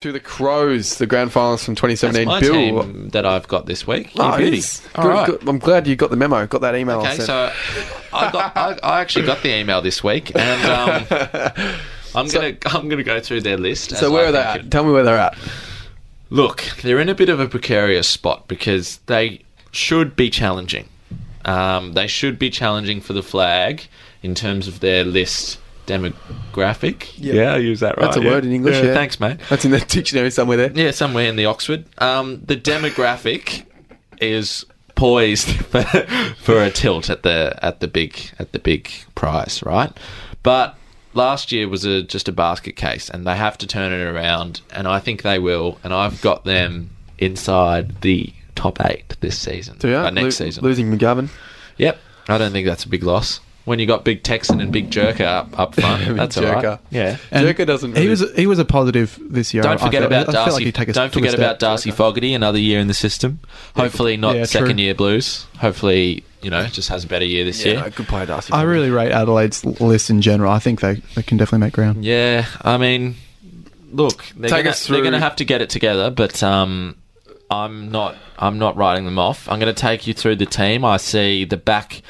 to the Crows, the grand finals from That's 2017. my Bill, team that I've got this week. You Oh, beauty. yes. All Good, right. good. I'm glad you got the memo, got that email. I Okay, sent. so I, got, I, I actually got the email this week, and um, I'm gonna I'm gonna go through their list. So as where I are they think at? it- Tell me where they're at. Look, they're in a bit of a precarious spot because they should be challenging. Um, they should be challenging for the flag in terms of their list demographic. Yeah. I use that right. That's a word in English, yeah. Thanks, mate. That's in the dictionary somewhere there. Yeah, somewhere in the Oxford. Um, the demographic is poised for, for a tilt at the at the big at the big prize, right? But last year was a, just a basket case, and they have to turn it around, and I think they will. And I've got them inside the top eight this season. So, yeah, uh, next lo- season. Losing McGovern. Yep, I don't think that's a big loss. When you got big Texan and big Jerker up up front, that's all right. Jerker. Yeah. And Jerker doesn't really- He was he was a positive this year. I- I Don't forget feel- about I feel like Darcy. he'd take a- don't took a forget step. about Darcy Fogarty. Another year in the system. Hopefully not yeah, second true. year blues. Hopefully you know just has a better year this Yeah, year. no, good player, Darcy. I really rate Adelaide's l- list in general. I think they, they can definitely make ground. Yeah, I mean, look, they're Take gonna, us they're through- going to have to get it together, but um, I'm not I'm not writing them off. I'm going to take you through the team. I see the back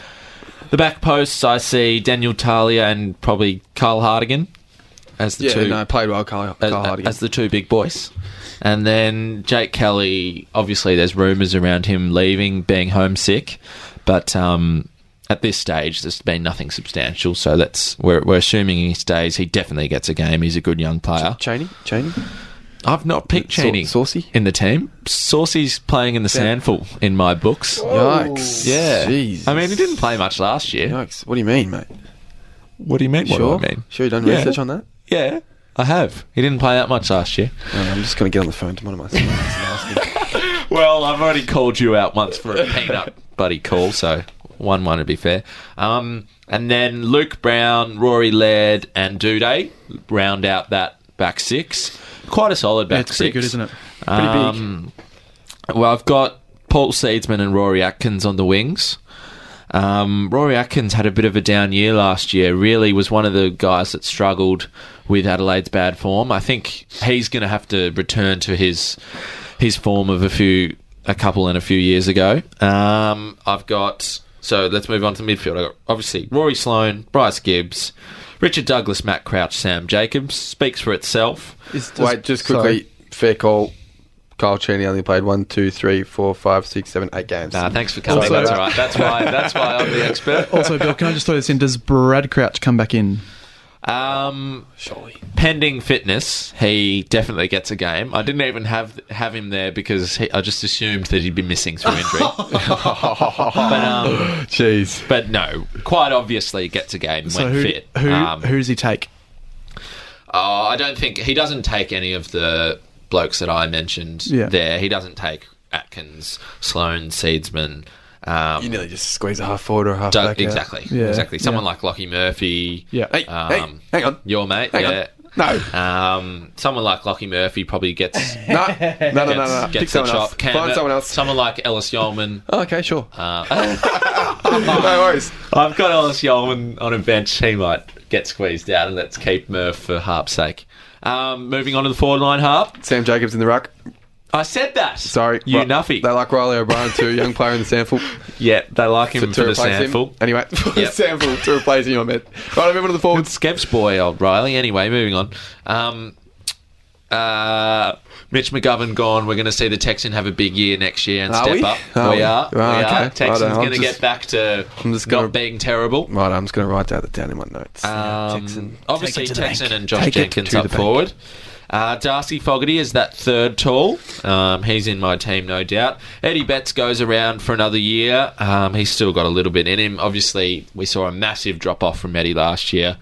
the back posts. I see Daniel Talia and probably Carl Hardigan as the Yeah, two no, played well, Carl, as, Carl Hardigan. as the two big boys. And then Jake Kelly, obviously, there's rumours around him leaving, being homesick. But um, at this stage, there's been nothing substantial. So that's we're, we're assuming he stays. He definitely gets a game. He's a good young player. Cheney? Cheney? I've not picked Sau- uh, Cheney Saucy? in the team. Saucy's playing in the sandful in my books. Yikes. Yeah. Jeez. I mean, he didn't play much last year. Yikes. What do you mean, mate? What do you mean? sure. What do I mean? Sure, you done Yeah. research on that? Yeah, I have. He didn't play that much last year. No, I'm just going to get on the phone to one of my sons. Well, I've already called you out once for a peanut buddy call, so one one would be fair. Um, and then Luke Brown, Rory Laird, and Duday round out that back six. Quite a solid back Yeah, it's six, pretty good, isn't it? Pretty big. Um, big. Well, I've got Paul Seedsman and Rory Atkins on the wings. Um, Rory Atkins had a bit of a down year last year. Really, was one of the guys that struggled with Adelaide's bad form. I think he's going to have to return to his his form of a few, a couple and a few years ago. Um, I've got so let's move on to midfield. I've got obviously Rory Sloan, Bryce Gibbs, Richard Douglas, Matt Crouch, Sam Jacobs. Speaks for itself. It's just- Wait, just quickly, fair call. Carl Cheney only played one, two, three, four, five, six, seven, eight games. Nah, Uh, thanks for coming. Also- that's all right. That's why. That's why I'm the expert. Sorry. Also, Bill, can I just throw this in? Does Brad Crouch come back in? Um, Surely. pending fitness, he definitely gets a game. I didn't even have have him there because he, I just assumed that he'd be missing through injury. but um, Jeez. but no, quite obviously gets a game So when who fit. who um, who does he take? oh, I don't think he doesn't take any of the blokes that I mentioned Yeah. there. He doesn't take Atkins, Sloan, Seedsman. Um, You uh, nearly just squeeze a half forward or a half back. Doug- out. exactly, Yeah. exactly. Someone Yeah. like Lockie Murphy. Yeah. Hey, Um, hey, hang on. Your mate, Hang yeah. No. Um, someone like Lockie Murphy probably gets No, no, no, no, no. gets, Pick gets the someone else. chop. Cam- Find someone else. Someone like Ellis Yeoman. Oh, okay, sure. Uh, no worries. I've got Ellis Yeoman on a bench. He might get squeezed out, and let's keep Murph for Harp's sake. Um, moving on to the forward line, Harp. Sam Jacobs in the ruck. I said that. Sorry. you Ri- nuffy. They like Riley O'Brien too, young player in the sample. yeah, they like him for the sample. him. Anyway, for the Yep. sample to replace him, I meant. Right, I'm moving to the Good forwards. Skevs boy, old Riley. Anyway, moving on. Um, uh, Mitch McGovern gone. We're going to see the Texan have a big year next year and Are step we? up. Are we, we? are. Ah, we okay. are. Texan's Righto, I'm going to just- get back to I'm just gonna- not being terrible. Right, I'm just going to write that down in my notes. Um, Obviously, Take it to the Texan bank. and Josh Take it Jenkins to up the bank. forward. Uh, Darcy Fogarty is that third tall. Um, he's in my team, no doubt. Eddie Betts goes around for another year. Um, he's still got a little bit in him. Obviously, we saw a massive drop off from Eddie last year.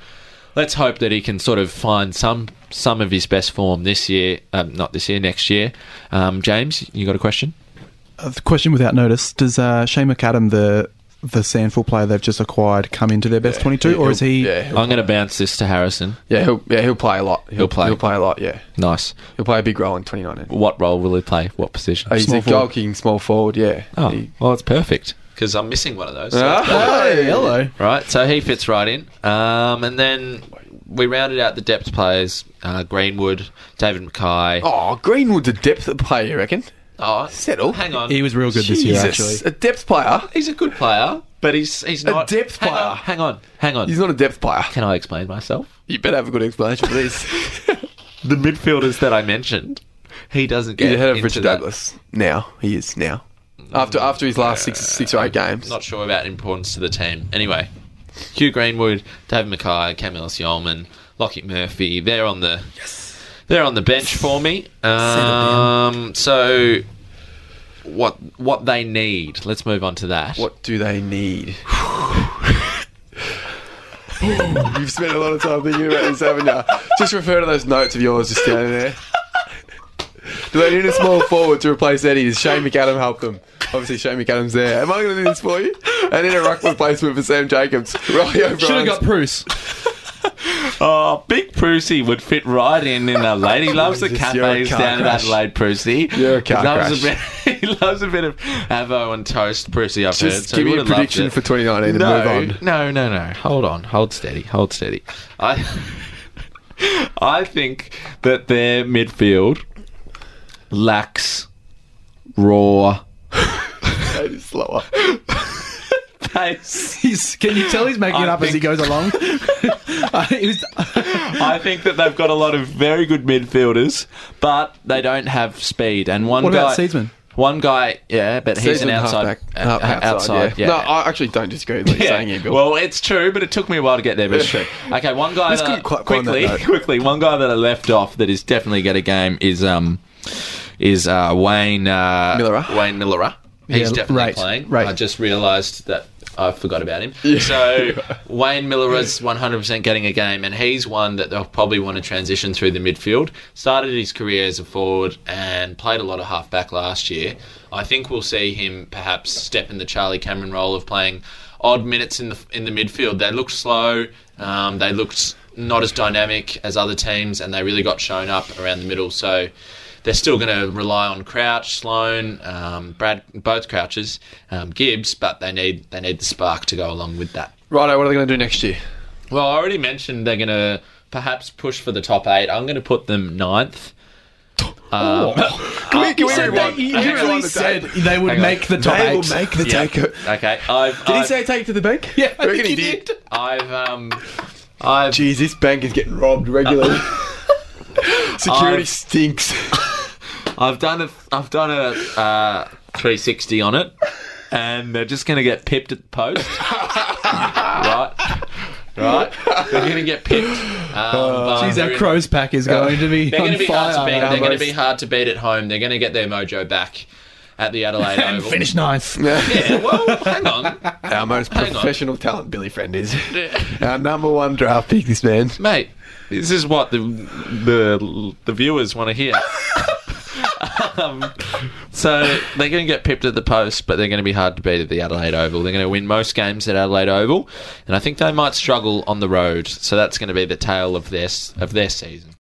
Let's hope that he can sort of find some some of his best form this year. Um, not this year, next year. Um, James, you got a question? Uh, the question without notice: Does uh, Shane McAdam, the the Sandful player they've just acquired, come into their best twenty-two, or is he? Yeah, he'll, I'm going to bounce this to Harrison. yeah, he'll, yeah, he'll play a lot. He'll, play. He'll play a lot. Yeah, Nice. he'll play a big role in 2019. What role will he play? What position? Oh, he's Small a forward. goal kicking small forward. Yeah. Oh, He- well, it's perfect Oh, because I'm missing one of those. so- Ah, Hey, hello. Right, so he fits right in. Um, and then we rounded out the depth players: uh, Greenwood, David Mackay. Oh, Greenwood's a depth player, you reckon? Oh, Settle. Hang on. He was real good this year, actually. Jesus, a depth player. He's a good player, but he's he's A not depth hang player. On, hang on, hang on. He's not a depth player. Can I explain myself? You better have a good explanation for this. The midfielders that I mentioned, he doesn't get He's ahead of into Richard that. Douglas now. He is now. After after his last six six or eight games, Not sure about importance to the team. Anyway, Hugh Greenwood, David Mackay, Camillus Yeoman, Lockett Murphy, they're on the they're on the bench for me. Um, so what what they need. Let's move on to that. what do they need? You've spent a lot of time thinking about this, haven't you? Just refer to those notes of yours just down there. Do they need a small forward to replace Eddie? Does Shane McAdam help them? Obviously, Shane McAdam's there. Am I going to do this for you? I need a ruck replacement for Sam Jacobs. Riley O'Brien. Should have got Bruce. Oh, Big Prusy would fit right in in a lady loves the Jesus, you're a cafes car down in crash. Adelaide. Prusy, You're a car loves A bit, he loves a bit of avo and toast. Prusy, I've heard. Just So give he me a would've loved prediction it. for 2019 no, and move on. No, no, no. Hold on. Hold steady. Hold steady. I, I think that their midfield lacks raw That is slower. pace. He's, can you tell he's making it I up as he think- goes along? I- he was- I think that they've got a lot of very good midfielders, but they don't have speed. And one What guy, about Seedsman? One guy, yeah, but he's an Seasoned outside, halfback. uh, Half- outside, yeah. No, I actually don't disagree with what you're Yeah. saying here, Bill. Well, it's true, but it took me a while to get there. But it's true. Okay, one guy Let's that, quick- quick find that quickly, note. quickly, one guy that I left off that is definitely going to game is um is uh, Wayne uh, Millera. Wayne Millera. He's Yeah, definitely right, playing. right. I just realised that I forgot about him. So Wayne Miller is 100% getting a game, and he's one that they'll probably want to transition through the midfield. Started his career as a forward and played a lot of halfback last year. I think we'll see him perhaps step in the Charlie Cameron role of playing odd minutes in the in the midfield. They looked slow. Um, they looked not as dynamic as other teams, and they really got shown up around the middle. So they're still going to rely on Crouch, Sloan, um, Brad, both Crouches, um, Gibbs, but they need they need the spark to go along with that. Righto, what are they going to do next year? Well, I already mentioned they're going to perhaps push for the top eight. I'm going to put them ninth. Can Um, we, can he we said rewind? they, he Can we literally rewind the said tape? they would Hang on. make the top they will eight. make the Yeah. take. okay, I've Did he I've, say take to the bank? Yeah, I I reckon think he he did. I've um, I've Jeez, this bank is getting robbed regularly. Security I've- stinks. I've done a I've done a uh, 360 on it, and they're just gonna get pipped at the post, right? Right? They're gonna get pipped. Um, Jeez, our going Crows pack is going to be they're on gonna be hard to fire. beat. They're gonna Almost. be hard to beat at home. They're gonna get their mojo back at the Adelaide and Oval. finish ninth. Yeah, well, hang on, Our most on. professional talent, Billy Friend, is. Our number one draft pick, this man. mate. This is what the the the viewers want to hear. um, so they're going to get pipped at the post, but they're going to be hard to beat at the Adelaide Oval. They're going to win most games at Adelaide Oval, and I think they might struggle on the road. So that's going to be the tail of their s- of their season.